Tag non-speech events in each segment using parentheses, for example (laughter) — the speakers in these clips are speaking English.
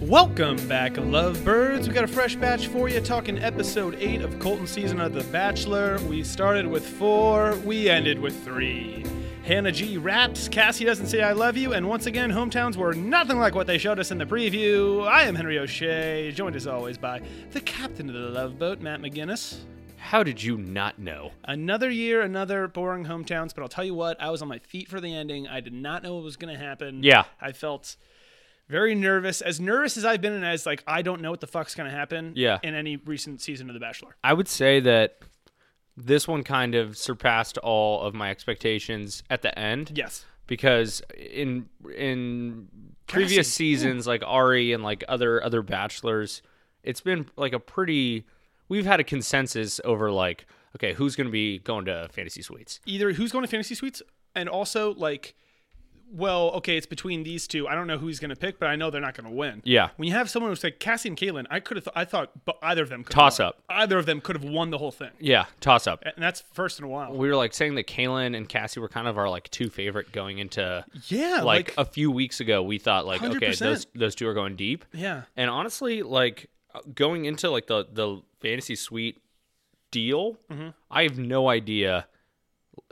Welcome back, lovebirds. We got a fresh batch for you talking episode 8 of Colton season of The Bachelor. We started with 4, we ended with 3. Hannah G raps, Cassie doesn't say I love you, and once again, hometowns were nothing like what they showed us in the preview. I am Henry O'Shea, joined as always by the captain of the love boat, Matt McGinnis. How did you not know? Another year, another boring hometowns, but I'll tell you what, I was on my feet for the ending. I did not know what was going to happen. Yeah. I felt very nervous, as nervous as I've been, and as like, I don't know what the fuck's going to happen Yeah. in any recent season of The Bachelor. I would say that this one kind of surpassed all of my expectations at the end Yes. because in in previous Cassie, seasons like Ari and like other other bachelors, it's been like a pretty we've had a consensus over like okay, who's going to be going to fantasy suites? Either who's going to Fantasy Suites, and also like, well, okay, it's between these two. I don't know who he's going to pick, but I know they're not going to win. Yeah. When you have someone who's like Cassie and Caitlin, I could have, th- I thought, but either of them could Toss won. up. Either of them could have won the whole thing, Yeah, toss up. and that's first in a while. We were like saying that Kalen and Cassie were kind of our like two favorite going into yeah. like, uh, a few weeks ago we thought like okay 100%. those those two are going deep yeah. and honestly like uh, going into like the the fantasy suite deal Mm-hmm. i have no idea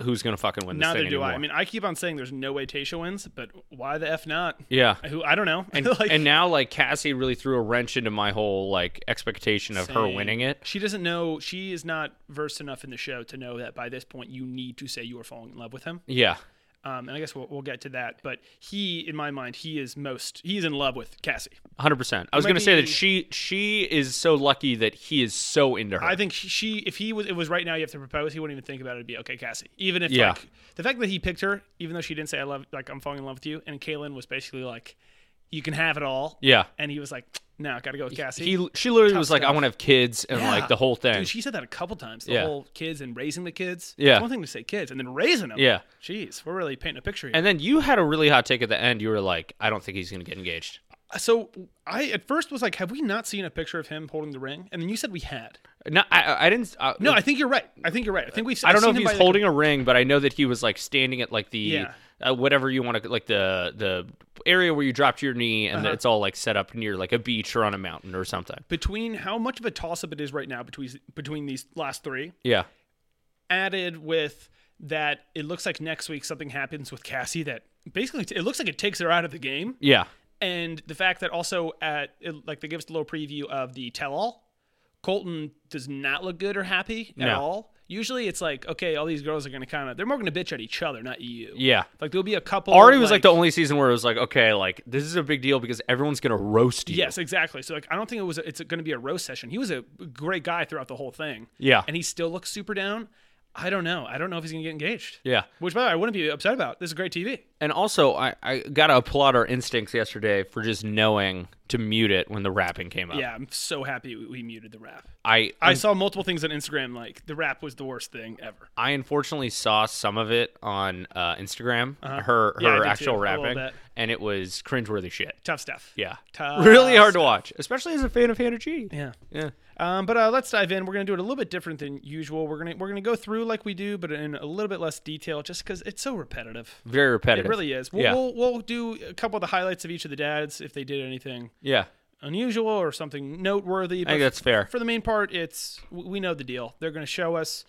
who's gonna fucking win this Neither thing do I. I anymore. mean, I keep on saying there's no way Tasha wins, but why the f not? yeah Who I don't know. and, (laughs) Like, and now like cassie really threw a wrench into my whole like expectation of her same. winning it she doesn't know. She is not versed enough in the show to know that by this point you need to say you are falling in love with him. yeah Um, and I guess we'll, we'll get to that. But he, in my mind, he is most he's in love with Cassie. 100% i was might gonna say be- that she she is so lucky that he is so into her I think she- she, if he was, it was right now. You have to propose. He wouldn't even think about it. It'd be okay, Cassie. Even if Yeah. like the fact that he picked her, even though she didn't say I love, like I'm falling in love with you, and Kaylin was basically like, you can have it all. yeah And he was like, no, I gotta go with Cassie. he she literally Tough was like i stuff. want to have kids and Yeah. like the whole thing Dude, she said that a couple times. The Yeah. whole kids and raising the kids. Yeah. It's one thing to say kids and then raising them. Yeah. Jeez, we're really painting a picture here. And then you had a really hot take at the end. You were like, I don't think he's going to get engaged. so I at first was like, have we not seen a picture of him holding the ring? And then you said we had. No, I- I, I didn't. Uh, No, I think you're right. I think you're right. I think we. I don't know if he's holding a ring, but I know that he was like standing at like the Yeah. uh, whatever you want to like the the area where you dropped your knee, and it's all like set up near like a beach or on a mountain or something. between how much of a toss up it is right now between between these last three, Yeah, added with that it looks like next week something happens with Cassie that basically it looks like it takes her out of the game. yeah, and the fact that also at it, like they give us a little preview of the tell-all colton does not look good or happy at No. all usually it's like okay all these girls are gonna kind of they're more gonna bitch at each other not you yeah. like there'll be a couple Ari was like, the only season where it was like, okay, like this is a big deal because everyone's going to roast you. yes exactly so like i don't think it was it's gonna be a roast session he was a great guy throughout the whole thing Yeah. and he still looks super down i don't know i don't know if he's gonna get engaged Yeah. which by the way i wouldn't be upset about this is great tv And also, I, I got to applaud our instincts yesterday for just knowing to mute it when the rapping came up. yeah i'm so happy we, we muted the rap I, i saw multiple things on instagram like the rap was the worst thing ever I unfortunately saw some of it on uh, Instagram, her Uh-huh. Yeah, I her did actual too, a little rapping, bit. and it was cringeworthy shit. tough stuff Yeah, Tough really hard to watch, especially as a fan of Hannah G. Yeah. yeah, Um, but uh, let's dive in. We're gonna do it a little bit different than usual. We're gonna we're gonna go through like we do, but in a little bit less detail, just because it's so repetitive. very repetitive. It really is. We'll, yeah, we'll we'll do a couple of the highlights of each of the dads if they did anything yeah. unusual or something noteworthy. But I think that's fair. for the main part, it's w- we know the deal. They're gonna show us.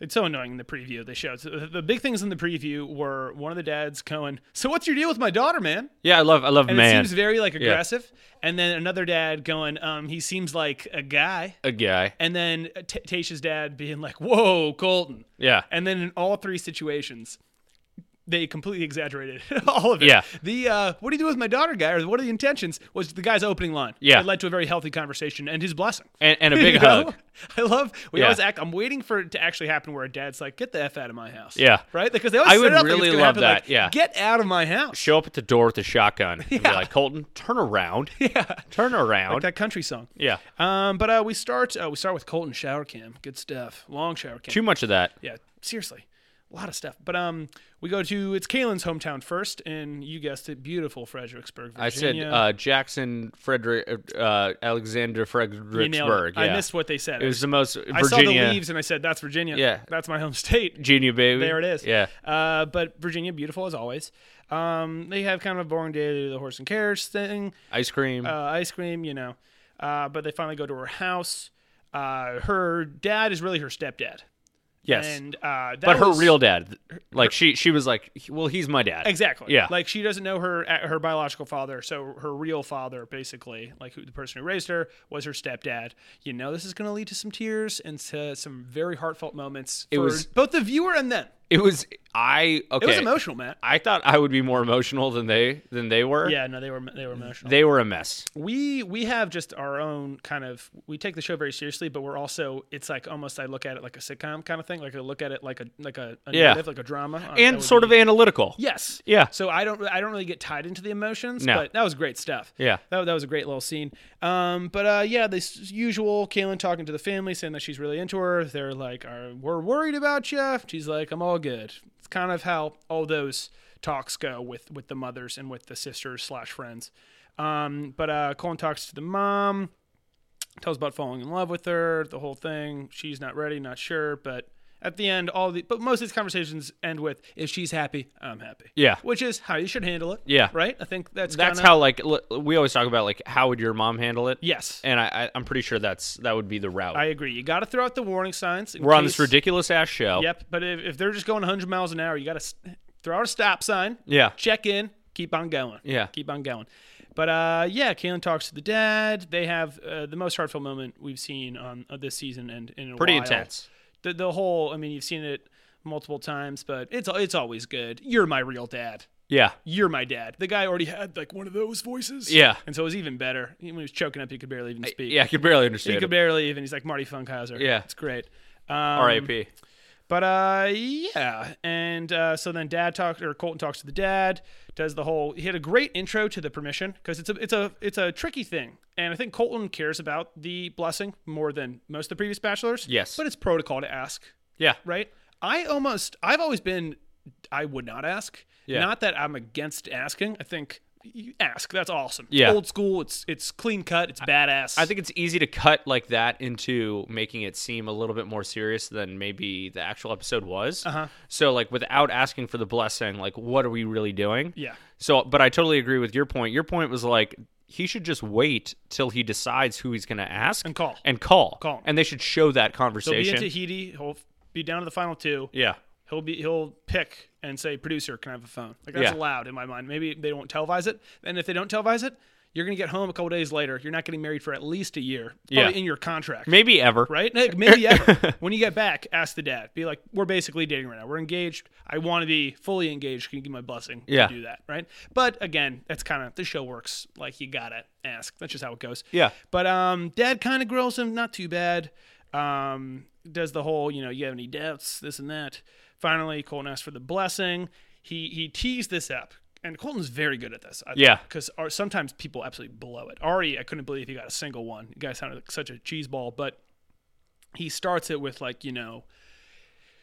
It's so annoying in the preview they showed. So the- the big things in the preview were one of the dads going, "So what's your deal with my daughter, man?" Yeah, I love I love And man it seems very like aggressive. And then another dad going, um, "He seems like a guy." a guy. and then uh, T- Tasha's dad being like, "Whoa, Colton!" Yeah, And then in all three situations, they completely exaggerated (laughs) all of it. Yeah. The uh, "What do you do with my daughter?" guy, or "What are the intentions?" was the guy's opening line. Yeah. it led to a very healthy conversation and his blessing. (laughs) and, and a You big know? hug. (laughs) I love. We Yeah. always act. I'm waiting for it to actually happen where a dad's like, "Get the f out of my house." Yeah. Right. Because they always. I set would it up like it's really gonna love happen, like, that, yeah. Get out of my house. Show up at the door with a shotgun. And Be like Colton, (laughs) turn around. Yeah, turn around. That country song. yeah, Um, but uh, we start. Uh, we start with Colton shower cam. Good stuff. Long shower cam. too much of that. Yeah, seriously. a lot of stuff. But um, we go to it's Kalen's hometown first, and you guessed it, beautiful Fredericksburg, I said Virginia. uh, Jackson Frederick uh, Alexander You nailed it. Fredericksburg. Yeah. I missed what they said. it was the most I saw the Virginia. leaves and I said, "That's Virginia. Yeah. that's my (laughs) home state." Virginia baby. There it is. Yeah. Uh, but Virginia, beautiful as always. Um, they have kind of a boring day. They do the horse and carriage thing, Ice cream. uh, ice cream, you know. Uh, but they finally go to her house. Uh, her dad is really her stepdad. yes. And, uh, that but her was- real dad, like she she was like, well, he's my dad. Exactly. Yeah. Like she doesn't know her her biological father, so her real father, basically, like who, the person who raised her, was her stepdad. You know, this is going to lead to some tears and to some very heartfelt moments. For It was- both the viewer and them. It was I okay. It was emotional, Matt. I thought I would be more emotional than they than they were. Yeah, no, they were they were emotional. They were a mess. we we have just our own kind of we take the show very seriously, but we're also it's like almost I look at it like a sitcom kind of thing. Like I look at it like a like a, a Yeah. narrative, like a drama, Uh, that and would sort be- of analytical. Yes. Yeah. So I don't I don't really get tied into the emotions, No. but that was great stuff. Yeah. That, that was a great little scene. Um, but uh, yeah, this usual Kaylin talking to the family, saying that she's really into her. They're like, Are, "We're worried about you." She's like, "I'm all good." It's kind of how all those talks go with with the mothers and with the sisters slash friends. Um, but uh, Colin talks to the mom, tells about falling in love with her, the whole thing. She's not ready, not sure, but at the end, all the but most of these conversations end with, "If she's happy, I'm happy." Yeah. which is how you should handle it. Yeah. right. I think that's That's kinda- how like l- we always talk about like how would your mom handle it? Yes, And I, I I'm pretty sure that's that would be the route. I agree. You got to throw out the warning signs. in we're on this case- ridiculous ass show. Yep, but if, if they're just going 100 miles an hour, you got to throw out a stop sign. Yeah. Check in. Keep on going. Yeah. Keep on going. But uh, yeah, Kalen talks to the dad. They have uh, the most heartfelt moment we've seen on uh, this season and in a Pretty while. intense. The the whole. I mean, you've seen it multiple times, but it's al- it's always good. You're my real dad. Yeah. You're my dad. The guy already had like one of those voices. Yeah. And so it was even better. When he was choking up, he could barely even speak. Yeah, I could barely understand. He could it. barely even. He's like Marty Funkhauser. Yeah. It's great. Um, R.I.P. But uh, yeah, and uh, so then Dad talks or Colton talks to the dad. Does the whole he had a great intro to the permission because it's a it's a it's a tricky thing, and I think Colton cares about the blessing more than most of the previous bachelors. Yes. but it's protocol to ask, Yeah. right? I almost I've always been I would not ask. Yeah. Not that I'm against asking. I think you ask. That's awesome. It's Yeah. Old school. It's it's clean cut. It's badass. I think it's easy to cut like that into making it seem a little bit more serious than maybe the actual episode was. Uh-huh. So like without asking for the blessing, like what are we really doing? Yeah. So but I totally agree with your point. Your point was like he should just wait till he decides who he's going to ask And call. And call. Call. And they should show that He'll be in conversation. Tahiti. He'll be down to the final two. yeah. He'll be he'll pick and say, "Producer, can I have a phone?" Like that's Yeah. allowed in my mind. Maybe they won't televise it, and if they don't televise it, you're gonna get home a couple days later. You're not getting married for at least a year. Probably Yeah. in your contract, Maybe ever. right? Like, Maybe (laughs) ever. when you get back, ask the dad. Be like, "We're basically dating right now. We're engaged. I want to be fully engaged. Can you give me my blessing Yeah. to do that?" Right? But again, that's kind of the show works. Like you gotta ask. That's just how it goes. Yeah. But um, dad kind of grills him, not too bad. Um, does the whole, you know, you have any doubts, this and that. Finally, Colton asks for the blessing. He he tees this up, and Colton's very good at this. I Yeah. because sometimes people absolutely blow it. Ari, I couldn't believe he got a single one. You guys sounded like such a cheese ball, but he starts it with like, you know,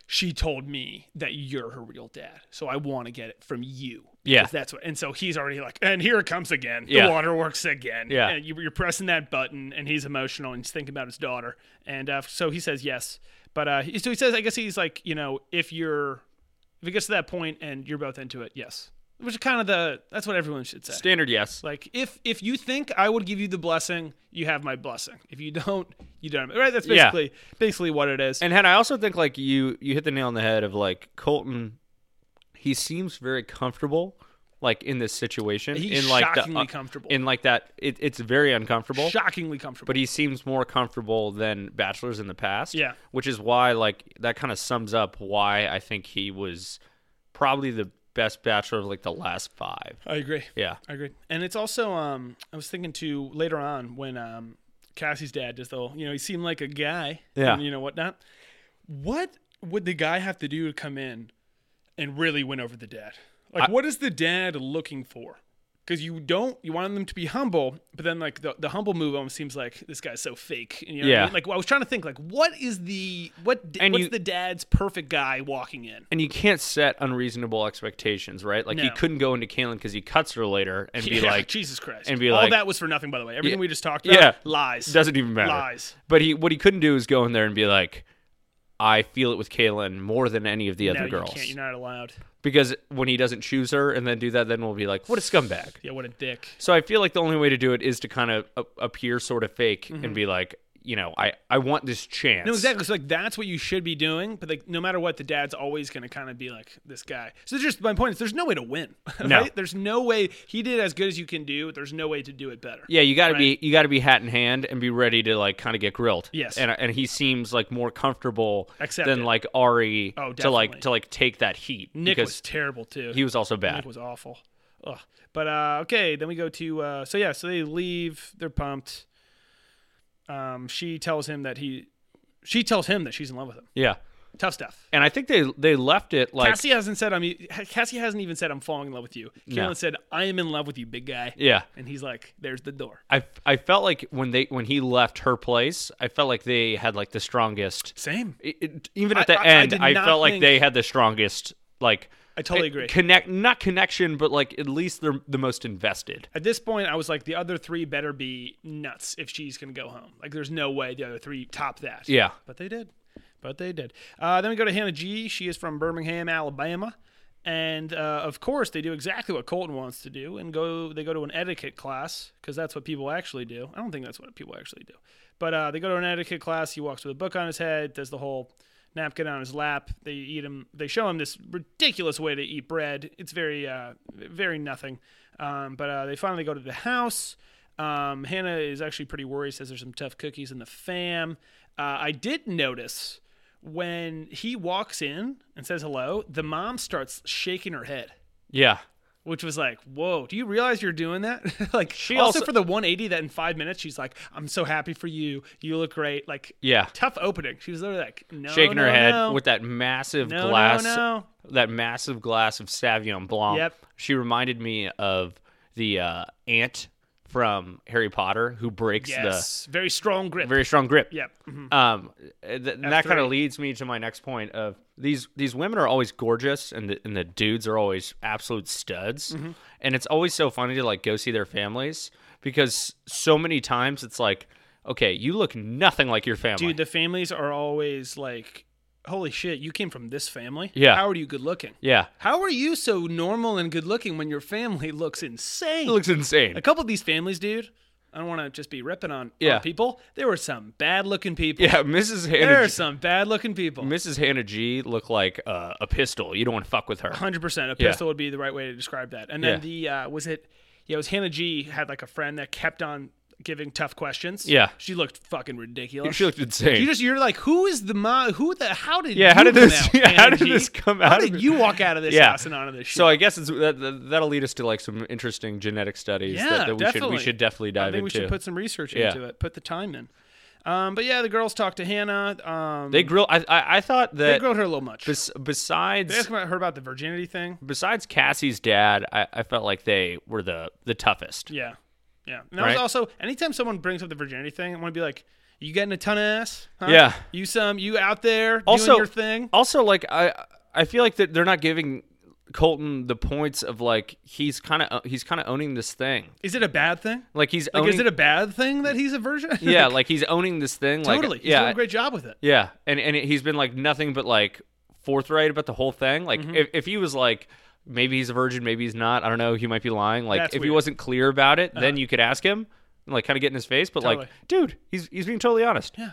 she told me that you're her real dad, so I want to get it from you. Yeah. Because That's what, and so he's already like, and here it comes again. The Yeah. water works again. Yeah. And you, you're pressing that button, and he's emotional, and he's thinking about his daughter, and uh, so he says yes. But uh, he, so he says, I guess he's like, you know, if you're, if it gets to that point and you're both into it, yes. Which is kind of the that's what everyone should say. Standard yes. Like if if you think I would give you the blessing, you have my blessing. If you don't, you don't. Right? That's Yeah. basically basically what it is. And Hen, I also think like you you hit the nail on the head of like Colton. He seems very comfortable, like in this situation. He's in like shockingly the, uh, comfortable. In like that, it, it's very uncomfortable. Shockingly comfortable. but he seems more comfortable than bachelors in the past. Yeah. which is why like that kind of sums up why I think he was probably the best bachelor of like the last five. I agree. Yeah, I agree. And it's also um I was thinking too later on when um Cassie's dad does the whole, you know, he seemed like a guy. Yeah. And, you know, whatnot. What would the guy have to do to come in and really win over the dad? Like what is the dad looking for? because you don't you want them to be humble, but then like the, the humble move almost seems like this guy's so fake. You know what I Yeah. mean? Like I was trying to think like what is the what d- And what's you- the dad's perfect guy walking in? and you can't set unreasonable expectations, right? Like he No. couldn't go into Kaylin because he cuts her later and (laughs) be Yeah, like, Jesus Christ, and be all like- that was for nothing by the way. Everything Yeah. we just talked about, yeah, lies Doesn't even matter. lies. But he, what he couldn't do is go in there and be like, I feel it with Kaylin more than any of the No, other you girls can't. You're not allowed. because when he doesn't choose her and then do that, then we'll be like, what a scumbag. Yeah, what a dick. So I feel like the only way to do it is to kind of a- appear sort of fake and be like, you know, I I want this chance. Mm-hmm. No, exactly. So like that's what you should be doing, but like no matter what, the dad's always going to kind of be like this guy. So there's just my point is there's no way to win. (laughs) No. right? There's no way he did as good as you can do. There's no way to do it better. Yeah, you got to be you got to be hat in hand and be ready to like kind of get grilled. Yes. and and he seems like more comfortable Accept than it. like Ari Oh, to definitely. like to like take that heat Nick was because terrible too. he was also bad. Nick was awful. Ugh. But uh, okay, then we go to uh, so yeah, so they leave. They're pumped. Um, she tells him that he, she tells him that she's in love with him. yeah, Tough stuff. and I think they they left it like Cassie hasn't said I'm. e, Cassie hasn't even said I'm falling in love with you. Kaylin No. said I am in love with you, big guy. yeah. And he's like, "There's the door." I, I felt like when they when he left her place, I felt like they had like the strongest. Same. It, it- even I- at the I- I end, did I, not felt like think- they had the strongest like. eh, I totally agree. Connect, not connection, but like at least they're the most invested. At this point, I was like, the other three better be nuts if she's gonna go home. Like, there's no way the other three top that. Yeah. But they did. But they did. Uh, then we go to Hannah G. She is from Birmingham, Alabama, and uh, of course, they do exactly what Colton wants to do and go. They go to an etiquette class because that's what people actually do. I don't think that's what people actually do, but uh, they go to an etiquette class. He walks with a book on his head, does the whole napkin on his lap. They eat him. They show him this ridiculous way to eat bread. It's very, uh, very nothing. Um, but uh, they finally go to the house. Um, Hannah is actually pretty worried. Says there's some tough cookies in the fam. Uh, I did notice when he walks in and says hello, the mom starts shaking her head, Yeah, which was like, "Whoa, do you realize you're doing that?" (laughs) like, she She also, also- for the 180 that in five minutes she's like, "I'm so happy for you. You look great." Like, yeah. tough opening. She was literally like, "No, shaking her no, head no. with that massive no, glass, No, no. that massive glass of Savion Blanc. Yep. She reminded me of the uh, ant from Harry Potter who breaks Yes, very strong the grip. very strong grip. yep. mhm. Um, th- and that kind F3. of leads me to my next point of these these women are always gorgeous and the, and the dudes are always absolute studs, Mm-hmm. and it's always so funny to like go see their families because so many times it's like, okay, you look nothing like your family. Dude, the families are always like, "Holy shit, you came from this family? Yeah. How are you good looking?" yeah, How are you so normal and good looking when your family (laughs) looks insane? it looks insane. a couple of these families, dude. I don't want to just be ripping on, on Yeah. people. There were some bad looking people. (laughs) Yeah, Mrs. Hannah. there G- are some bad looking people. Mrs. Hannah G looked like uh, a pistol. You don't want to fuck with her. Hundred percent. A Yeah. pistol would be the right way to describe that. And then the uh, was it? Yeah, it was Hannah G had like a friend that kept on giving tough questions. Yeah. she looked fucking ridiculous. She looked insane. you just you're like, who is the mom? Who the? How did? Yeah, how you did come this- Out, (laughs) yeah, how Hannah did G? this (laughs) come How out of did it? you walk out of this Yeah. house and onto this? Shit? so I guess it's, that, that- that'll lead us to like some interesting genetic studies Yeah, that, that we should definitely. we should definitely dive I think we into. should put some research Yeah. into it. Put the time in. Um, but yeah, the girls talk to Hannah. Um, they grill. I, I I thought they that grilled her a little much. bes- besides They asked about her about the virginity thing. besides Cassie's dad, I, I felt like they were the the toughest. Yeah, yeah. And that Right. was also anytime someone brings up the virginity thing, I want to be like, "You getting a ton of ass? Huh? Yeah. You some? You out there doing Also- your thing? Also, like I I feel like that they're not giving Colton the points of like he's kind of he's kind of owning this thing. Is it a bad thing? Like he's Like, owning, is it a bad thing that he's a virgin? (laughs) yeah, like he's owning this thing. Like, totally. He's yeah, doing a great job with it. Yeah, and and he's been like nothing but like forthright about the whole thing. Like Mm-hmm. if, if he was like maybe he's a virgin, maybe he's not. I don't know. He might be lying. Like That's if he weird. Uh-huh. wasn't clear about it, then you could ask him, and, like kind of get in his face. But like, Totally. dude, he's he's being totally honest. Yeah.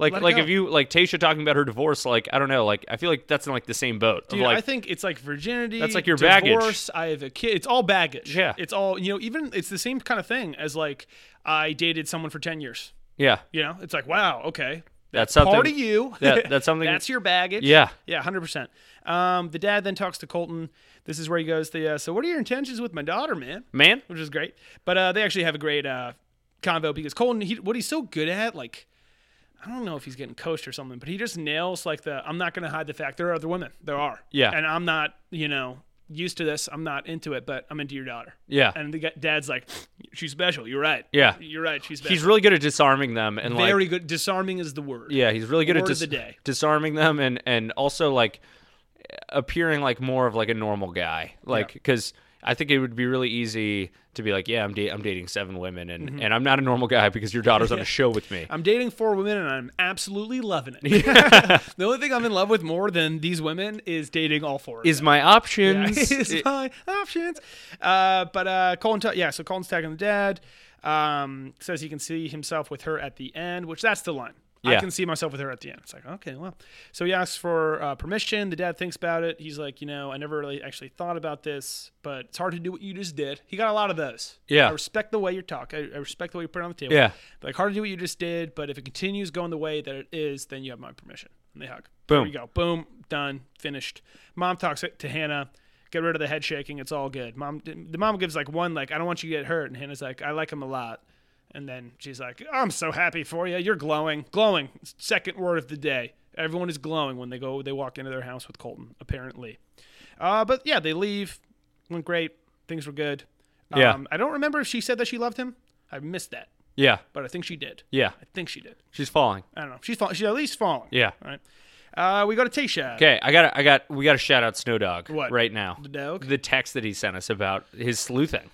Like Let it like go. if you like Tasha talking about her divorce, like I don't know. Like I feel like that's in like the same boat. Dude, of, I like think it's like virginity. That's like your baggage. divorce, I have a kid. It's all baggage. Yeah. It's all you know. Even it's the same kind of thing as like I dated someone for ten years. yeah, You know, it's like wow, okay, that's something. part of you. Yeah, (laughs) that's something- that's your baggage. Yeah. Yeah, hundred percent. Um, the dad then talks to Colton. This is where he goes. The uh, so, what are your intentions with my daughter, man? Man, Which is great. But uh, they actually have a great uh, convo because Colton, he, what he's so good at, like, I don't know if he's getting coached or something, but he just nails like the I'm not going to hide the fact there are other women. There are. Yeah. And I'm not, you know, used to this. I'm not into it, but I'm into your daughter. Yeah. And the guy, dad's like, she's special. You're right. Yeah. You're right. She's special. He's really good at disarming them and like very good. Disarming is the word. Yeah, he's really good at Word of dis- the day. disarming them and and also like appearing like more of like a normal guy. Like cuz I think it would be really easy to be like, yeah, I'm da- I'm dating seven women and Mm-hmm. and I'm not a normal guy because your (laughs) daughter's on a show with me. I'm dating four women and I'm absolutely loving it. (laughs) (laughs) the only thing I'm in love with more than these women is dating all four. of Is (laughs) my options is it- my options. Uh, but uh, Colin, ta- yeah, so Colin's tagging the dad. Um, says he can see himself with her at the end, which that's the line. I Yeah. can see myself with her at the end. It's like, okay, well. So he asks for uh, permission. The dad thinks about it. He's like, you know, I never really actually thought about this, but it's hard to do what you just did. He got a lot of those. Yeah. I respect the way you talk. I, I respect the way you put it on the table. Yeah. Like, hard to do what you just did, but if it continues going the way that it is, then you have my permission. And they hug. Boom. There you go. Boom. Done. Finished. Mom talks to Hannah. Get rid of the head shaking. It's all good. Mom, the mom gives like one, like, I don't want you to get hurt. And Hannah's like, I like him a lot. And then she's like, I'm so happy for you. You're glowing. Glowing. Second word of the day. Everyone is glowing when they go, they walk into their house with Colton, apparently. Uh, but yeah, they leave. Went great. Things were good. Yeah. Um, I don't remember if she said that she loved him. I missed that, Yeah. but I think she did. Yeah. I think she did. She's falling. I don't know. She's fall- she's at least falling. Yeah. All right. Uh, we go to Tasha. Okay, I got I got we got to shout out Snow Dog What? right now. The dog? The text that he sent us about his sleuthing.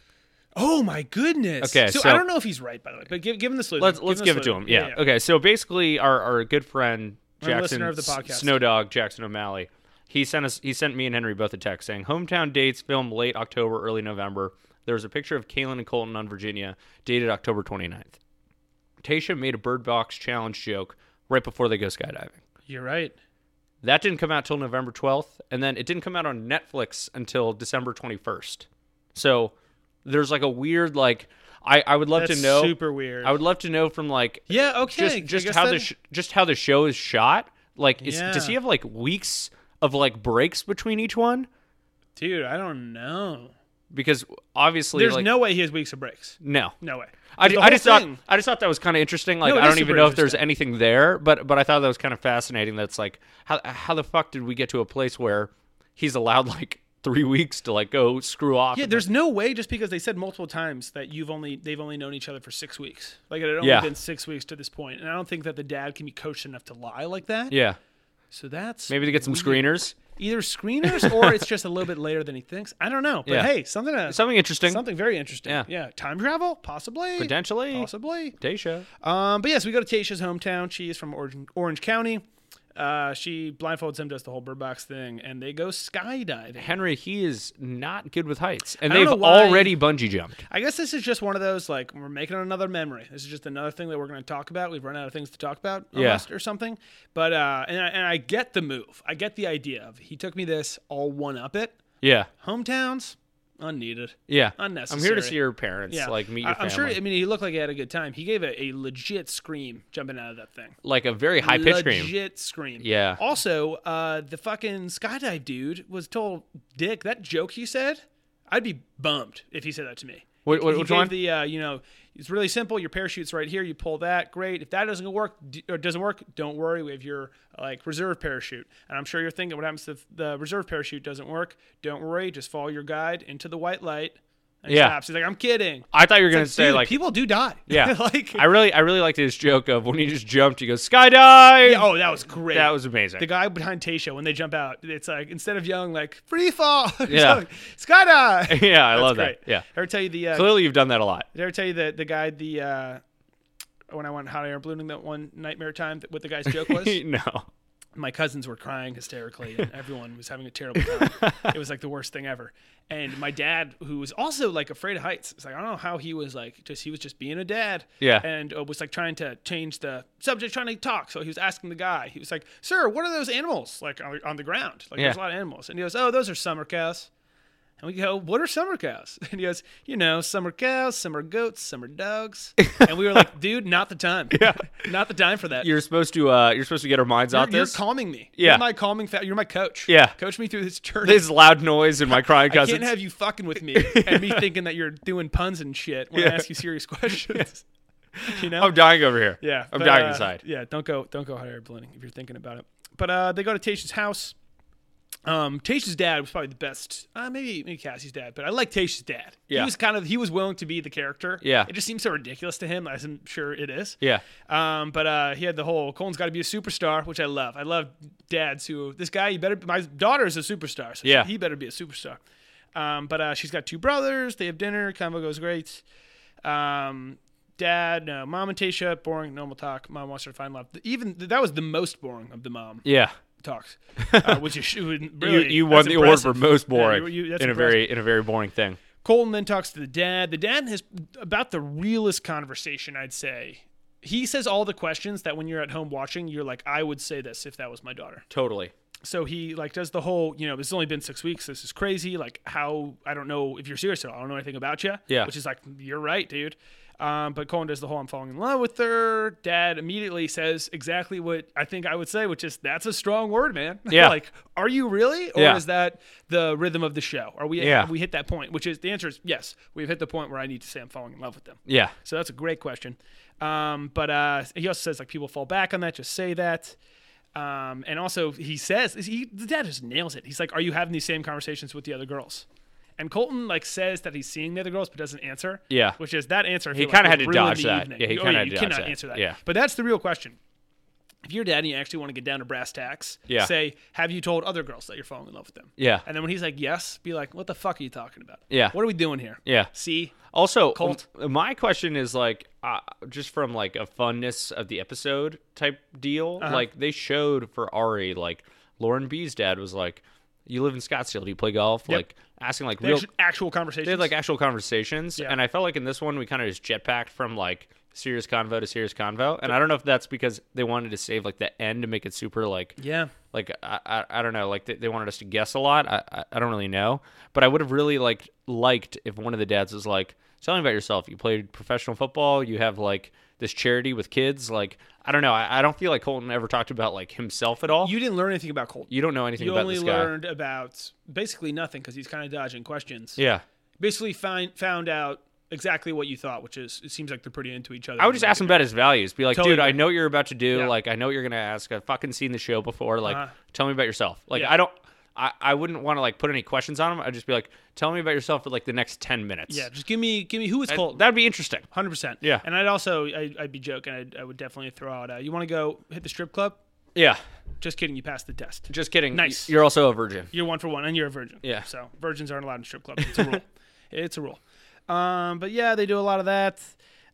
Oh my goodness. Okay, So, so- I don't know if he's right, by the way, but give, give him the solution. let's let's give it to him. Yeah. Okay. So basically, our our good friend Our Jackson, listener of the S- podcast. Snow Dog Jackson O'Malley, he sent us he sent me and Henry both a text saying hometown dates film late October early November. There was a picture of Kaylin and Colton on Virginia dated October 29th. Tasha made a bird box challenge joke right before they go skydiving. You're right. That didn't come out till November 12th, and then it didn't come out on Netflix until December 21st. So there's like a weird like I I would love That's to know super weird. I would love to know from like yeah. Okay. I just just guess how that- the sh- just how the show is shot. Like, is, does Yeah. he have like weeks of like breaks between each one? dude. I don't know. Because obviously, There's like, no way he has weeks of breaks. no. No way. I, The I whole just thing- thought I just thought that was kind of interesting. Like No, it I is don't even super know if there's interesting. anything there, but but I thought that was kind of fascinating. That's like how how the fuck did we get to a place where he's allowed like three weeks to like go screw off? Yeah, and- there's no way just because they said multiple times that you've only they've only known each other for six weeks. Like it had only Yeah. been six weeks to this point, and I don't think that the dad can be coached enough to lie like that. yeah. So that's Maybe to get some screeners, either screeners or it's just a little bit later than he thinks. I don't know. But Yeah. hey, something to, something interesting, something very interesting. Yeah. Time travel? Possibly. potentially. Possibly. Daisha. Um, but yes, we go to Tasha's hometown. She is from Orange, Orange County. Uh, she blindfolds him, does the whole bird box thing, and they go skydiving. Henry, he is not good with heights, and I don't they've know why- already bungee jumped. I guess this is just one of those like we're making another memory. This is just another thing that we're going to talk about. We've run out of things to talk about, Yeah. almost, or something. But uh, and I, and I get the move. I get the idea of he took me this, all one up it. Yeah, Hometowns, unneeded. yeah. Unnecessary. I'm here to see your parents, like meet your I- I'm family. sure. I mean, he looked like he had a good time. He gave a, a legit scream jumping out of that thing. like a very high pitch scream. Legit scream. Yeah. Also, uh, the fucking skydive dude was told, "Dick, that joke you said, I'd be bummed if he said that to me." What- what- he which gave one? The uh, you know, it's really simple. Your parachute's right here. You pull that. Great. If that doesn't work, d- or doesn't work, don't worry. We have your like reserve parachute. And I'm sure you're thinking, what happens if the reserve parachute doesn't work? Don't worry. Just follow your guide into the white light. And it Yeah. Stops. He's like, I'm kidding. I thought you were gonna Like, say dude, like people do die. (laughs) Yeah, like I really, I really liked his joke of when he just jumped. He goes skydive. oh, that was great. that was amazing. (laughs) the guy behind Tasha when they jump out. It's like instead of yelling like free fall, (laughs) he's Yeah. yelling, skydive. yeah, (laughs) I That's love great. that. Yeah, Ever tell you the? Uh, clearly you've done that a (laughs) lot. did I ever tell you the the guy the uh, when I went hot air ballooning that one nightmare time? That what the guy's joke (laughs) was? no, my cousins were crying hysterically (laughs) and everyone was having a terrible time. it was like the worst thing ever. And my dad, who was also like afraid of heights, it's like I don't know how he was like just he was just being a dad. Yeah. And uh, was like trying to change the subject, trying to talk. So he was asking the guy. He was like, "Sir, what are those animals like on, on the ground? Like there's a Yeah. lot of animals." And he goes, "Oh, those are summer cows." And we go, "What are summer cows?" (laughs) And he goes, "You know, some are cows, some are goats, some are (laughs) dogs." and we were like, "Dude, not the time. Yeah. (laughs) not the time for that." you're supposed to, uh, you're supposed to get our minds You're, off you're this. calming me. Yeah. You're my calming fa- You're my coach. Yeah. Coach me through this journey. this loud noise (laughs) and my crying I cousins. can't have you fucking with (laughs) me and me thinking that you're doing puns and shit when I ask you (laughs) serious questions. You know? I'm dying over here. yeah. I'm but, dying uh, inside. Yeah. Don't go. Don't go hot air ballooning if you're thinking about it. But uh, they go to Tasha's house. Um, Tasha's dad was probably the best. Uh, maybe maybe Cassie's dad, but I like Tasha's dad. He Yeah. was kind of he was willing to be the character. Yeah. It just seems so ridiculous to him, as I'm sure it is. Yeah. Um, but uh, he had the whole Colin's got to be a superstar, which I love. I love dads who this guy. You better. My daughter is a superstar, so she- Yeah. he better be a superstar. Um, but uh, she's got two brothers. They have dinner. Convo goes great. Um, dad, no, mom and Tasha, boring, normal talk. Mom wants her to find love. Even that was the most boring of the mom Yeah. (laughs) talks, uh, which is really you you won that's the impressive. award for most Yeah, boring you- you- that's in a impressive. very in a very boring thing. Colton then talks to the dad. The dad has about the realest conversation, I'd say. He says all the questions that when you're at home watching, you're like, I would say this if that was my daughter. Totally. So he like does the whole, you know, it's only been six weeks. This is crazy. Like how I don't know if you're serious at all. I don't know anything about you. Yeah. Which is like you're right, dude. Um, but Colin does the whole I'm falling in love with her. Dad immediately says exactly what I think I would say, which is that's a strong word, man. (laughs) Yeah. like, are you really? Or Yeah. is that the rhythm of the show? Are we Yeah. have we hit that point? Which is the answer is yes. We've hit the point where I need to say I'm falling in love with them. Yeah. So that's a great question. Um, but uh, he also says like people fall back on that. Just say that. Um, and also he says he the dad just nails it. He's like, "Are you having these same conversations with the other girls?" And Colton like says that he's seeing the other girls, but doesn't answer. Yeah. which is that answer. He kinda had to dodge that. Yeah, he you, kinda had you to dodge cannot that. answer that. Yeah. but that's the real question. If you're dad and you actually want to get down to brass tacks, Yeah. say, "Have you told other girls that you're falling in love with them?" Yeah. And then when he's like, "Yes," be like, "What the fuck are you talking about? Yeah. what are we doing here? Yeah. see, Also, Cult. m- my question is like uh, just from like a funness of the episode type deal. Uh-huh. Like they showed for Ari, like Lauren B's dad was like, "You live in Scottsdale, do you play golf?" Like asking like real, actual, actual conversations." they had like actual conversations. Yeah. And I felt like in this one we kind of just jetpacked from like serious convo to serious convo. And I don't know if that's because they wanted to save like the end to make it super like yeah. like I, I, I don't know like they, they wanted us to guess a lot I, I, I don't really know but i would have really like liked if one of the dads was like tell me about yourself you played professional football you have like this charity with kids like i don't know i, I don't feel like colton ever talked about like himself at all you, You didn't learn anything about Colton. don't know anything You about only this guy learned about basically nothing because he's kind of dodging questions. yeah Basically, find found out exactly what you thought, which is it seems like they're pretty into each other. I would just ask him about his values. Be like, Totally dude, I agree. know what you're about to do. Yeah. Like, I know what you're gonna ask. I've fucking seen the show before. Like, Uh-huh. tell me about yourself. Like, Yeah. I don't, I, I wouldn't want to like put any questions on him. I'd just be like, tell me about yourself for like the next ten minutes. Yeah, just give me give me who is Colton. that'd be interesting. Hundred percent. Yeah. and I'd also I, I'd be joking. I'd, I would definitely throw out. Uh, you want to go hit the strip club? Yeah. Just kidding. You passed the test. Just kidding. Nice. You're also a virgin. You're one for one, and you're a virgin. Yeah. So virgins aren't allowed in strip clubs. It's a (laughs) rule. it's a rule. Um, but yeah, they do a lot of that.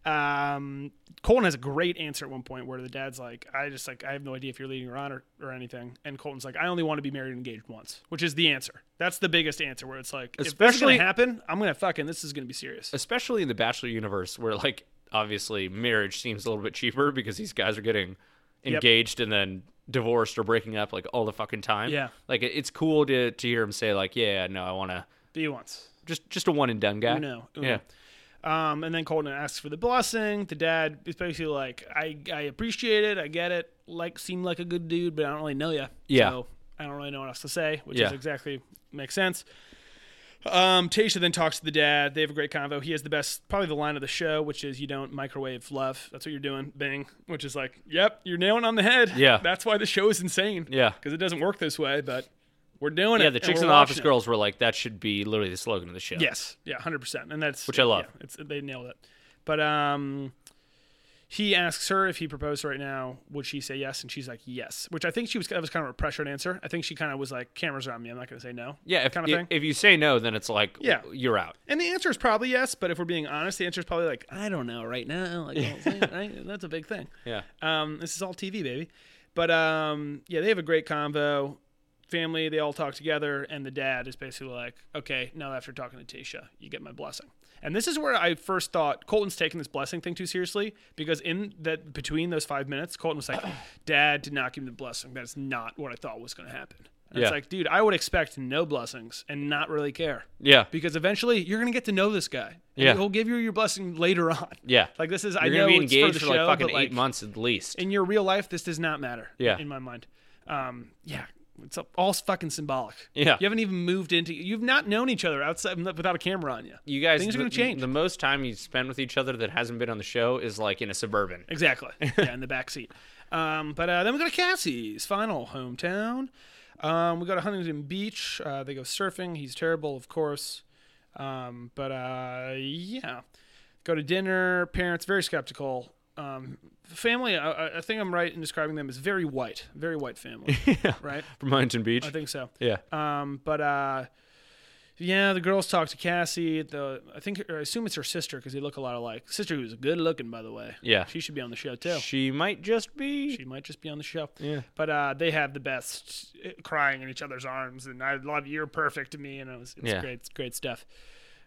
Um, Colton has a great answer at one point where the dad's like, "I just like I have no idea if you're leading her on or, or anything," and Colton's like, "I only want to be married and engaged once," which is the answer. That's the biggest answer where it's like, if this is gonna Especially- happen, I'm gonna fucking this is gonna be serious. Especially in the Bachelor universe, where like obviously marriage seems a little bit cheaper because these guys are getting engaged and then divorced or breaking up like all the fucking time. Yeah. Like it- it's cool to to hear him say like, yeah, no, I want to Be once. just just a one and done guy. Uno, uno. Yeah. Um, and then Colton asks for the blessing. The dad is basically like, I, I appreciate it. I get it. Like, seem like a good dude, but I don't really know you. Yeah. So I don't really know what else to say, which is Yeah. exactly makes sense. Um, Tasha then talks to the dad. They have a great convo. He has the best, probably the line of the show, which is "You don't microwave love. That's what you're doing." Bing, which is like, "Yep, you're nailing on the head." Yeah. that's why the show is insane. Yeah. because it doesn't work this way, but we're doing it. Yeah, the and chicks we're in the watching office it. girls were like, that should be literally the slogan of the show. Yes, yeah, hundred percent, and that's Which I love. yeah, it's, they nailed it. But um, he asks her if he proposed right now, would she say yes? And she's like yes, which I think she was that was kind of a pressured answer. I think she kind of was like, "Cameras are on me, I'm not going to say no." Yeah, if, kind of if, thing. if you say no, then it's like, Yeah. you're out. and the answer is probably yes, but if we're being honest, the answer is probably like, "I don't know right now." Like, (laughs) I don't think- I- that's a big thing. Yeah. Um, this is all TV, baby. But um, yeah, they have a great convo. Family, they all talk together, and the dad is basically like, "Okay, now after talking to Tasha, you get my blessing." And this is where I first thought Colton's taking this blessing thing too seriously because in that between those five minutes, Colton was like, (clears throat) "Dad did not give me the blessing. That's not what I thought was going to happen." And It's Yeah. like, dude, I would expect no blessings and not really care Yeah. because eventually you're going to get to know this guy. And Yeah. he'll give you your blessing later on. Yeah. like this is I You're know gonna be it's for engaged the for, show, like fucking but, eight like, months at least. in your real life, this does not matter. Yeah. In my mind. Um, yeah. It's all fucking symbolic. Yeah. You haven't even moved into, you've not known each other outside without a camera on you. you guys things are the- gonna change. The most time you spend with each other that hasn't been on the show is like in a suburban. (laughs) Exactly. Yeah, in the back seat. Um, but uh, then we go to Cassie's final hometown. Um, we go to Huntington Beach. Uh, they go surfing. He's terrible, of course. Um, but uh, yeah, go to dinner. Parents very skeptical. Um, family, I- I, I think I'm right in describing them as very white, very white family, (laughs) yeah. right? From Huntington Beach. I think so. yeah. Um, but uh, yeah, the girls talk to Cassie. The I think or I assume it's her sister because they look a lot alike. Sister who's good looking, by the way. Yeah. she should be on the show too. She might just be. She might just be on the show. yeah. But uh, they have the best uh, crying in each other's arms, and I love you're perfect to me, and it was it's Yeah. great, it's great stuff.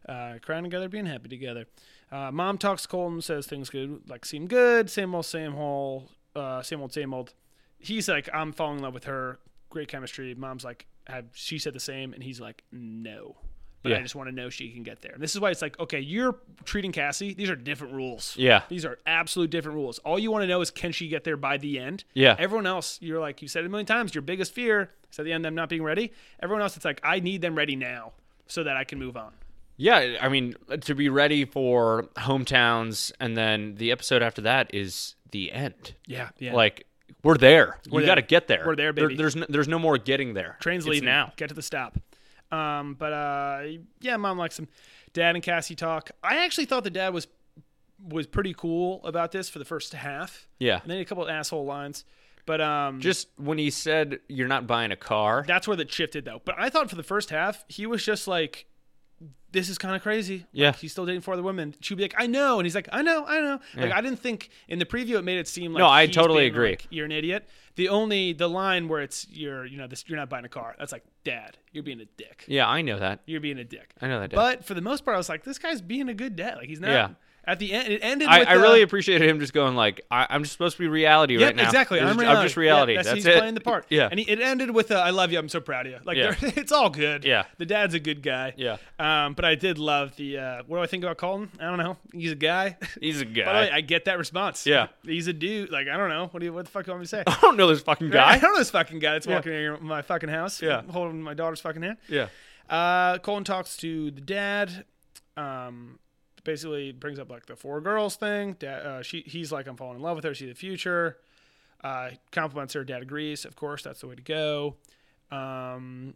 Uh, crying together, being happy together. Uh, Mom talks to Colton, says things good, like seem good, same old, same old, uh, same old, same old. He's like, I'm falling in love with her, great chemistry. Mom's like, have she said the same? And he's like, no. But I Yeah. just want to know she can get there. And this is why it's like, okay, you're treating Cassie. These are different rules. Yeah. These are absolute different rules. All you want to know is can she get there by the end? Yeah. Everyone else, you're like, you said it a million times, your biggest fear is at the end them not being ready. Everyone else, it's like, I need them ready now so that I can move on. Yeah, I mean, to be ready for hometowns, and then the episode after that is the end. Yeah. Yeah. Like we're there. there. you got to get there. We're there, baby. there's no, there's no more getting there. trains It's leaving now. Get to the stop. Um, but uh, yeah, mom likes him. Dad and Cassie talk. I actually thought the dad was was pretty cool about this for the first half. Yeah. And then a couple of asshole lines. But um Just when he said you're not buying a car. that's where that shifted though. But I thought for the first half, he was just like, "This is kind of crazy." Yeah. like, he's still dating four other women. She'd be like, "I know," and he's like, "I know, I know." Like I didn't think in the preview it made it seem like No, I he's totally being agree. like, you're an idiot. The only the line where it's you're you know this you're not buying a car. That's like, Dad, you're being a dick. yeah, I know that. You're being a dick. I know that. Dad. But for the most part, I was like, this guy's being a good dad. Like he's not. Yeah. At the end, it ended. I, with I the- really appreciated him just going like, I, I'm just supposed to be reality Yep, right now. exactly. There's- I'm, I'm reality. just reality. Yeah, that's he's it. playing the part. Yeah. and he, it ended with a, "I love you. I'm so proud of you." Like, Yeah. they're- (laughs) it's all good. Yeah. the dad's a good guy. Yeah. um, but I did love the. Uh, what do I think about Colton? I don't know. He's a guy. (laughs) He's a By the way, guy. I get that response. Yeah. he's a dude. Like, I don't know. What do you? What the fuck do you want me to say? (laughs) I don't know this fucking I (laughs) guy. don't know this fucking guy that's walking in my fucking house. Yeah. holding my daughter's fucking hand. (laughs) yeah. Uh, Colton talks to the dad. Um, basically brings up like the four girls thing. Dad, uh, she he's like, I'm falling in love with her. See the future. Uh, compliments her. Dad agrees. Of course, that's the way to go. Um,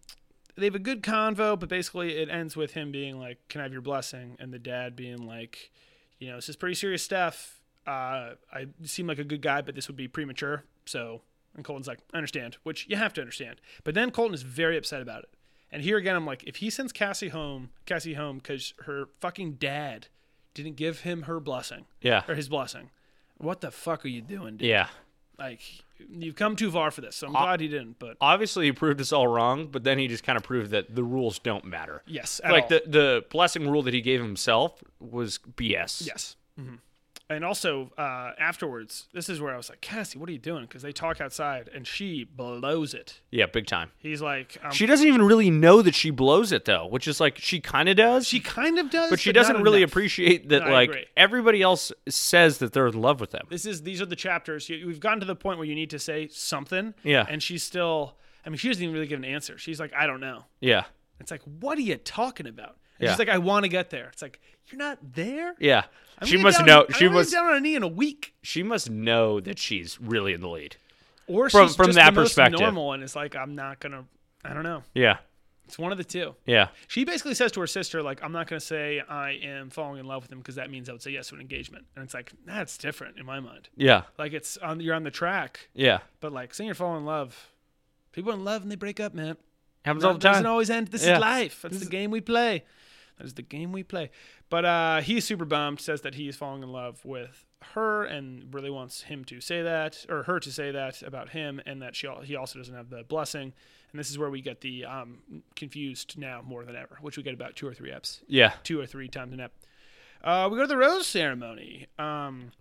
they have a good convo, but basically it ends with him being like, "Can I have your blessing?" and the dad being like, "You know, this is pretty serious stuff. Uh, I seem like a good guy, but this would be premature." So, and Colton's like, "I understand," which you have to understand. But then Colton is very upset about it. And here again, I'm like, if he sends Cassie home, Cassie home, because her fucking dad didn't give him her blessing Yeah. or his blessing, what the fuck are you doing, dude? Yeah. Like, you've come too far for this. So I'm glad he didn't. But Obviously, he proved us all wrong, but then he just kind of proved that the rules don't matter. yes, at like all. the the blessing rule that he gave himself was BS. Yes. hmm And also uh, afterwards, this is where I was like, Cassie, what are you doing? Because they talk outside, and she blows it. Yeah, big time. He's like, um, she, She doesn't even really know that she blows it though, which is like she kind of does, kind of does, but she doesn't really appreciate. appreciate that No, I like agree. everybody else says that they're in love with them. This is these are the chapters. You, we've gotten to the point where you need to say something. Yeah. and she's still. I mean, she doesn't even really give an answer. She's like, I don't know. Yeah. It's like, what are you talking about? And Yeah. She's like, I want to get there. It's like, you're not there. Yeah. I'm she gonna must down- know I'm she gonna be must down on a knee in a week. she must know that she's really in the lead. Or From- she's from just that the most perspective. normal, and it's like, I'm not gonna. I don't know. Yeah. It's one of the two. Yeah. She basically says to her sister, like, I'm not going to say I am falling in love with him because that means I would say yes to an engagement. And it's like, that's different in my mind. Yeah. Like, it's on, you're on the track, Yeah. but like saying you're falling in love, people are in love and they break up, man. Happens all It the doesn't time. always end. This Yeah. is life. That's the game we play. That is the game we play. But uh, he's super bummed, says that he is falling in love with her and really wants him to say that, or her to say that about him, and that she al- he also doesn't have the blessing. And this is where we get the um, confused now more than ever, which we get about two or three eps Yeah. two or three times an ep. Uh, we go to the rose ceremony. Um,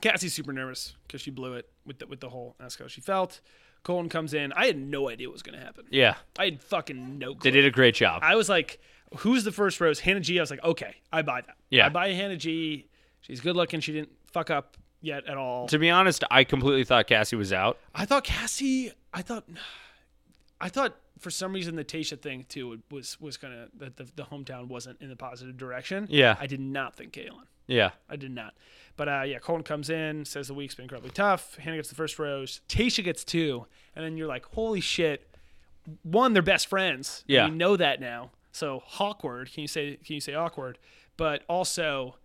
Cassie's super nervous because she blew it with the, with the whole ask how she felt. Colton comes in. I had no idea what was going to happen. Yeah. I had fucking no They clue. did a great job. I was like, who's the first rose? Hannah G. I was like, okay, I buy that. Yeah. I buy Hannah G. She's good looking. She didn't fuck up yet at all. to be honest, I completely thought Cassie was out. I thought Cassie. I thought. I thought for some reason the Tasha thing too was was gonna that the, the hometown wasn't in the positive direction. Yeah. I did not think Kalen. Yeah. I did not. But uh, yeah, Colton comes in, says the week's been incredibly tough. Hannah gets the first rose. Tasha gets two, and then you're like, holy shit, one, they're best friends. Yeah. we know that now. So awkward. Can you say? Can you say awkward? But also,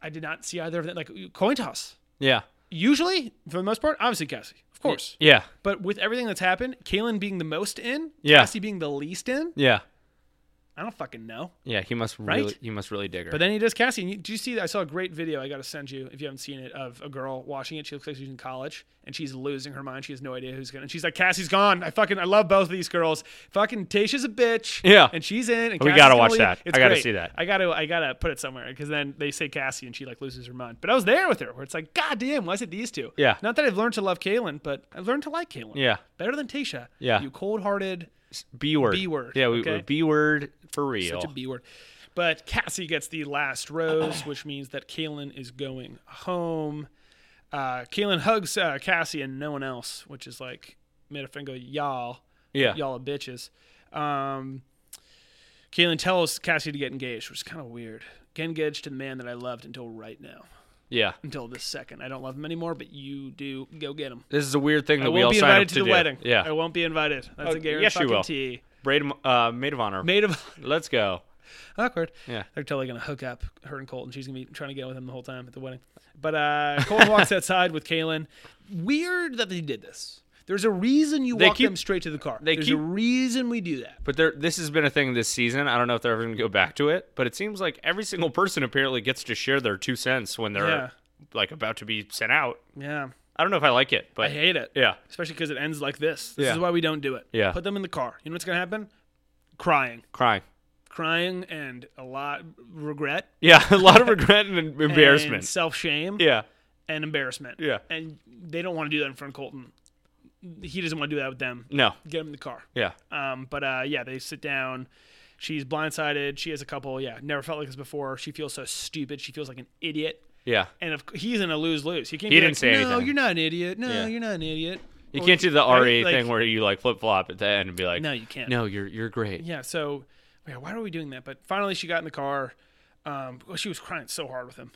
I did not see either of them. Like coin toss. Yeah. Usually, for the most part, obviously Cassie, of course. Yeah. But with everything that's happened, Kalen being the most in, Yeah. Cassie being the least in, Yeah. I don't fucking know. Yeah. He must Right? really he must really dig her. But then he does Cassie. And you, do you see that? I saw a great video I got to send you if you haven't seen it of a girl watching it. She looks like she's in college and she's losing her mind. She has no idea who's going to. And she's like, Cassie's gone. I fucking, I love both of these girls. Fucking Tasha's a bitch. Yeah. And she's in. And We Cassie's gotta gonna watch leave. that. It's I gotta great. see that. I got to, I got to put it somewhere because then they say Cassie and she like loses her mind. But I was there with her where it's like, God damn, why is it these two? Yeah. Not that I've learned to love Kaylin, but I've learned to like Kaylin. yeah. Better than Tasha. Yeah. You cold hearted. B word. B word, Yeah. We, okay? we B word for real. Such a B word. But Cassie gets the last rose, which means that Kaylin is going home. Uh, Kaylin hugs uh, Cassie and no one else, which is like made a finger, y'all, yeah. y'all are bitches. Um, Kaylin tells Cassie to get engaged, which is kind of weird. Get engaged to the man that I loved until right now, Yeah. until this second. I don't love him anymore, but you do. Go get him. This is a weird thing that I we all won't be sign invited up to, to, the do. wedding. I Yeah. won't be invited. That's Oh, a guarantee. yes, you will. T. Braid, uh, maid of honor. Made of Let's go. awkward. Yeah. They're totally gonna hook up her and Colton. She's gonna be trying to get with him the whole time at the wedding. But uh (laughs) Colton walks outside with Kaylin. Weird that they did this. There's a reason you They walk keep- them straight to the car. they There's a keep- reason we do that. But there, this has been a thing this season. I don't know if they're ever going to go back to it, but it seems like every single person apparently gets to share their two cents when they're Yeah. like about to be sent out. Yeah. I don't know if I like it, I but hate it. yeah, Especially because it ends like this. This Yeah. is why we don't do it. Yeah. Put them in the car. You know what's gonna happen? Crying. crying. Crying and a lot regret. Yeah, (laughs) a lot of regret (laughs) and em- and embarrassment. Self shame. yeah, And embarrassment. Yeah. And they don't want to do that in front of Colton. He doesn't want to do that with them. no, Get him in the car. yeah, Um, but uh, yeah, they sit down. She's blindsided. She has a couple. Yeah, never felt like this before. She feels so stupid. She feels like an idiot. yeah. And of, c- he's in a lose lose. He can't. He be didn't like, say No, anything. you're not an idiot. No, Yeah. you're not an idiot. You Or- can't do the I- RA like, thing where you like flip flop at the end and be like, No, you can't. no, you're you're great. Yeah. So, yeah, why are we doing that? But finally, she got in the car. Um, well, she was crying so hard with him.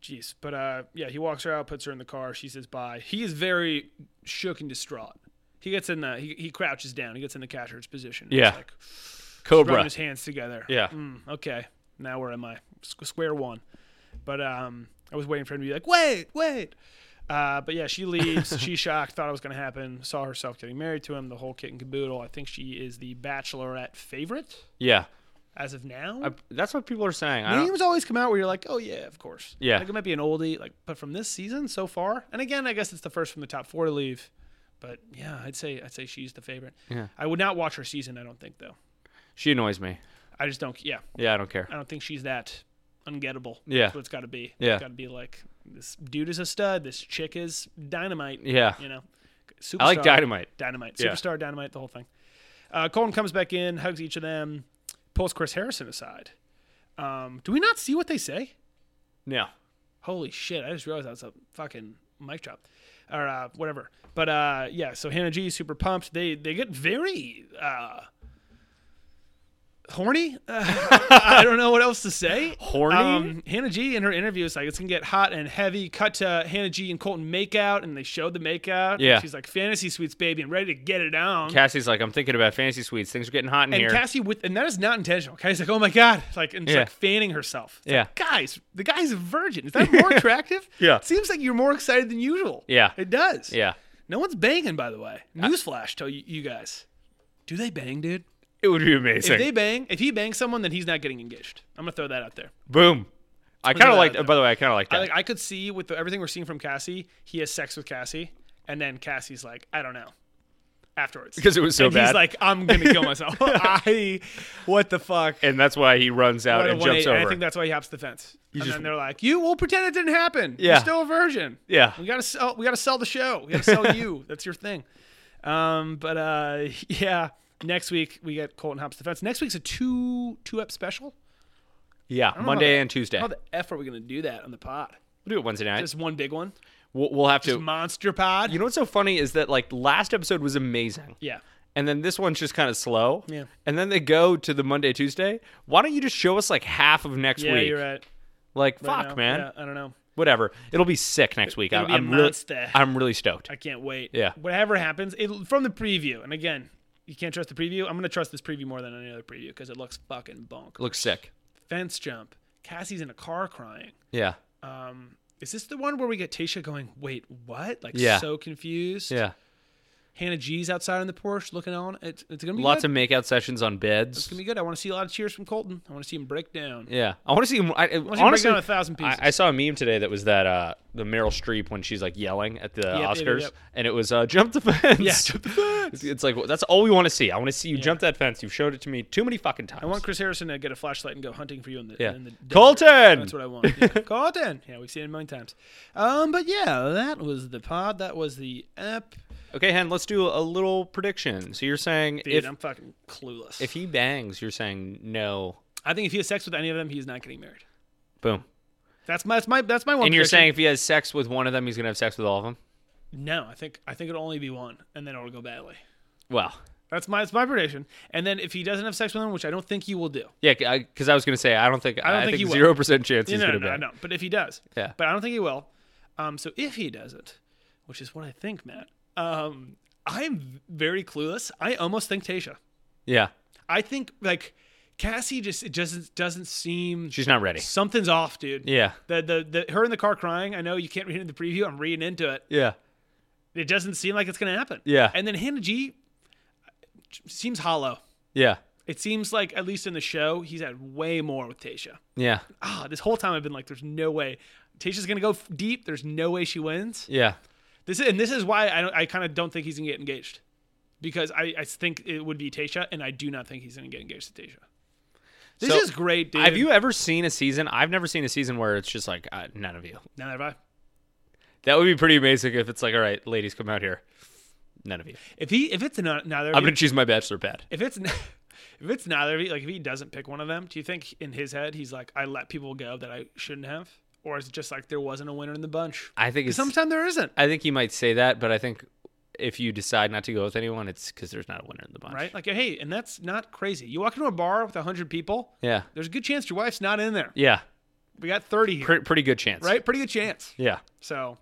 Jeez. But uh, yeah, he walks her out, puts her in the car. She says bye. He is very shook and distraught. He gets in the. He, he crouches down. He gets in the catcher's position. He's Yeah. like, rubbing Cobra. his hands together. Yeah. Mm, okay. Now where am I? Squ- square one. But um, I was waiting for him to be like, wait, wait. Uh, but yeah, she (laughs) leaves. She's shocked. Thought it was going to happen. Saw herself getting married to him. The whole kit and caboodle. I think she is the bachelorette favorite Yeah, as of now. I, that's what people are saying. I don't, Names always come out where you're like, oh yeah, of course. Yeah. Like it might be an oldie, like, but from this season so far, and again, I guess it's the first from the top four to leave. But yeah, I'd say I'd say she's the favorite. Yeah. I would not watch her season. I don't think though. she annoys me. I just don't. Yeah. Yeah, I don't care. I don't think she's that ungettable. Yeah. That's what it's got to be. Yeah. It's got to be like this dude is a stud. This chick is dynamite. Yeah, You know, superstar. I like dynamite. Dynamite. Yeah. Superstar dynamite. The whole thing. Uh, Colton comes back in, hugs each of them, pulls Chris Harrison aside. Um, do we not see what they say? No, Holy shit! I just realized that was a fucking mic drop, or uh, whatever. But uh, yeah, so Hannah G is super pumped. They they get very uh, horny. (laughs) Uh, I don't know what else to say. Horny? Um, Hannah G in her interview is like it's gonna get hot and heavy. Cut to Hannah G and Colton make out, and they showed the make out. Yeah. she's like fantasy suites, baby, and ready to get it on. Cassie's like, I'm thinking about fantasy suites. Things are getting hot in and here. Cassie with and that is not intentional. Cassie's like, oh my god, like and she's Yeah. like fanning herself. It's Yeah. like, guys, the guy's a virgin. Is that more attractive? (laughs) Yeah. it seems like you're more excited than usual. Yeah. it does. yeah, no one's banging by the way. Newsflash to you, you guys, do they bang, dude? it would be If amazing. they bang, if he bangs someone, then he's not getting engaged. I'm gonna throw that out there. Boom. I kind that of like. out there. By the way, I kind of like that. I like I could see with the, everything we're seeing from Cassie, he has sex with Cassie, and then Cassie's like, I don't know. Afterwards, Because it was so and He's bad. like, I'm gonna (laughs) kill myself. (laughs) I, what the fuck? and that's why he runs out Right, and a 1-8, jumps over. I think that's why he hops the fence. and just- then they're like, "You, we'll pretend it didn't happen. You're Yeah. still a virgin. yeah. We gotta sell. We gotta sell the show. We gotta sell (laughs) you. That's your thing." Um, but uh, (laughs) yeah. Next week we get Colton hops the fence. Next week's a two two up special. Yeah. know how Monday the- and Tuesday. How We'll the f are we gonna do that on the pod? do it Wednesday night. Just one big one. we'll, we'll have to. Monster pod. you know what's so funny is that like last episode was amazing. yeah. And then this one's just kind of slow. Yeah. And then they go to the Monday Tuesday. Why don't you just show us like half of next Yeah, week? you're right. Like I fuck, know. man. Yeah, I don't know. Whatever. It'll be sick next week. It'll I'm, be a I'm really. monster. I'm really stoked. I can't wait. Yeah. Whatever happens, it from the preview, and again, you can't trust the preview. I'm gonna trust this preview more than any other preview because it looks fucking bonk. Looks sick. Fence jump. Cassie's in a car crying. Yeah. Um, is this the one where we get Tasha going? Wait, what? Like Yeah. so confused. Yeah. Hannah G's outside on the porch looking on. It's it's gonna be Lots good. of makeout sessions on It's beds. gonna be good. I want to see a lot of cheers from Colton. I want to see him break down. Yeah, I want to see him. I, break honestly, down a thousand pieces. I, I saw a meme today that was that uh, the Meryl Streep when she's like yelling at the yep, Oscars, yep. and it was uh, jump the fence. Yeah, jump the fence. It's, it's like well, that's all we want to see. I want to see you jump that fence. You've showed it to me too many fucking times. I want Chris Harrison to get a flashlight and go hunting for you in the, Yeah. in the desert. Colton! That's what I want. (laughs) Yeah. Colton. Yeah, we've seen it a million times. Um, but yeah, that was the pod. That was the ep. okay, Hen, let's do a little prediction. So you're saying Dude, if I'm fucking clueless. if he bangs, you're saying no. I think if he has sex with any of them, he's not getting married. Boom. That's my that's my that's my one. And you're prediction. saying if he has sex with one of them, he's gonna have sex with all of them. no? I think I think it'll only be one, and then it'll go badly. Well, That's my that's my prediction. And then if he doesn't have sex with them, which I don't think he will do, yeah, because I, was gonna say I don't think I, don't I think think he will. zero percent chance he's no, no, gonna no, bang. no. But if he does, Yeah. But I don't think he will. Um, so if he doesn't, which is what I think, Matt. Um, I'm very clueless. I almost think Tasha. Yeah, I think like Cassie just it just doesn't seem she's not ready. something's off, dude. Yeah, The, the the her in the car crying. I know you can't read it in the preview. I'm reading into it. yeah. It doesn't seem like it's gonna happen. Yeah. And then Hannah G seems hollow. Yeah. It seems like at least in the show he's had way more with Tasha. Yeah. Ah, this whole time I've been like, there's no way Tasha's gonna go f- deep. There's no way she wins. Yeah. This is, and this is why I don't, I kind of don't think he's gonna get engaged, because I, I think it would be Tasha, and I do not think he's gonna get engaged to Tasha. This So, is great, dude. Have you ever seen a season? I've never seen a season where it's just like uh, none of you. Neither have I. That would be pretty amazing if it's like, all right, ladies, come out here. None of you. If he, if it's not neither of I'm you, gonna choose my bachelor pad. if it's, n- (laughs) if it's neither of you, like if he doesn't pick one of them, do you think in his head he's like, I let people go that I shouldn't have, or is it just like there wasn't a winner in the bunch? I think it's, Sometimes there isn't, I think he might say that, but I think if you decide not to go with anyone, it's because there's not a winner in the bunch. right? Like, hey, and that's not crazy. You walk into a bar with hundred people, Yeah. there's a good chance your wife's not in there. Yeah. We got thirty here, Pre- pretty good chance. right? Pretty good chance. Yeah. So,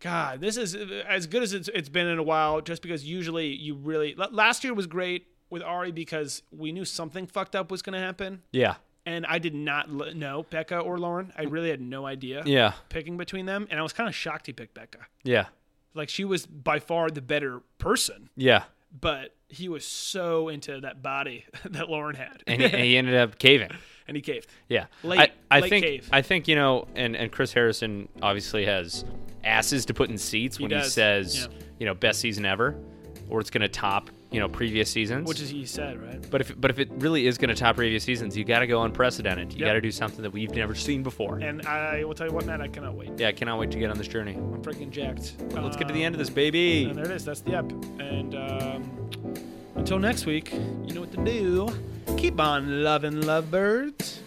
God, this is uh, as good as it's, it's been in a while. Just because usually you really la- last year was great with Ari because we knew something fucked up was going to happen, Yeah. and I did not l- know Becca or Lauren. I really had no idea Yeah. picking between them, and I was kind of shocked he picked Becca. Yeah. Like she was by far the better person, Yeah. but he was so into that body (laughs) that Lauren had, And, he- and he ended up caving. And he caved. Yeah. Late- I, I late think cave. I think, you know, and, and Chris Harrison obviously has asses to put in seats when he does, says, yeah. you know, best season ever or it's gonna top, you know, previous seasons. Which is he said, right? but if but if it really is gonna top previous seasons, you gotta go unprecedented. You Yep. gotta do something that we've never seen before. And I will tell you what, Matt, I cannot wait. yeah, I cannot wait to get on this journey. I'm freaking jacked. Let's get Um, to the end of this, baby. And there it is. That's the app. And um, until next week, you know what to do. Keep on loving lovebirds.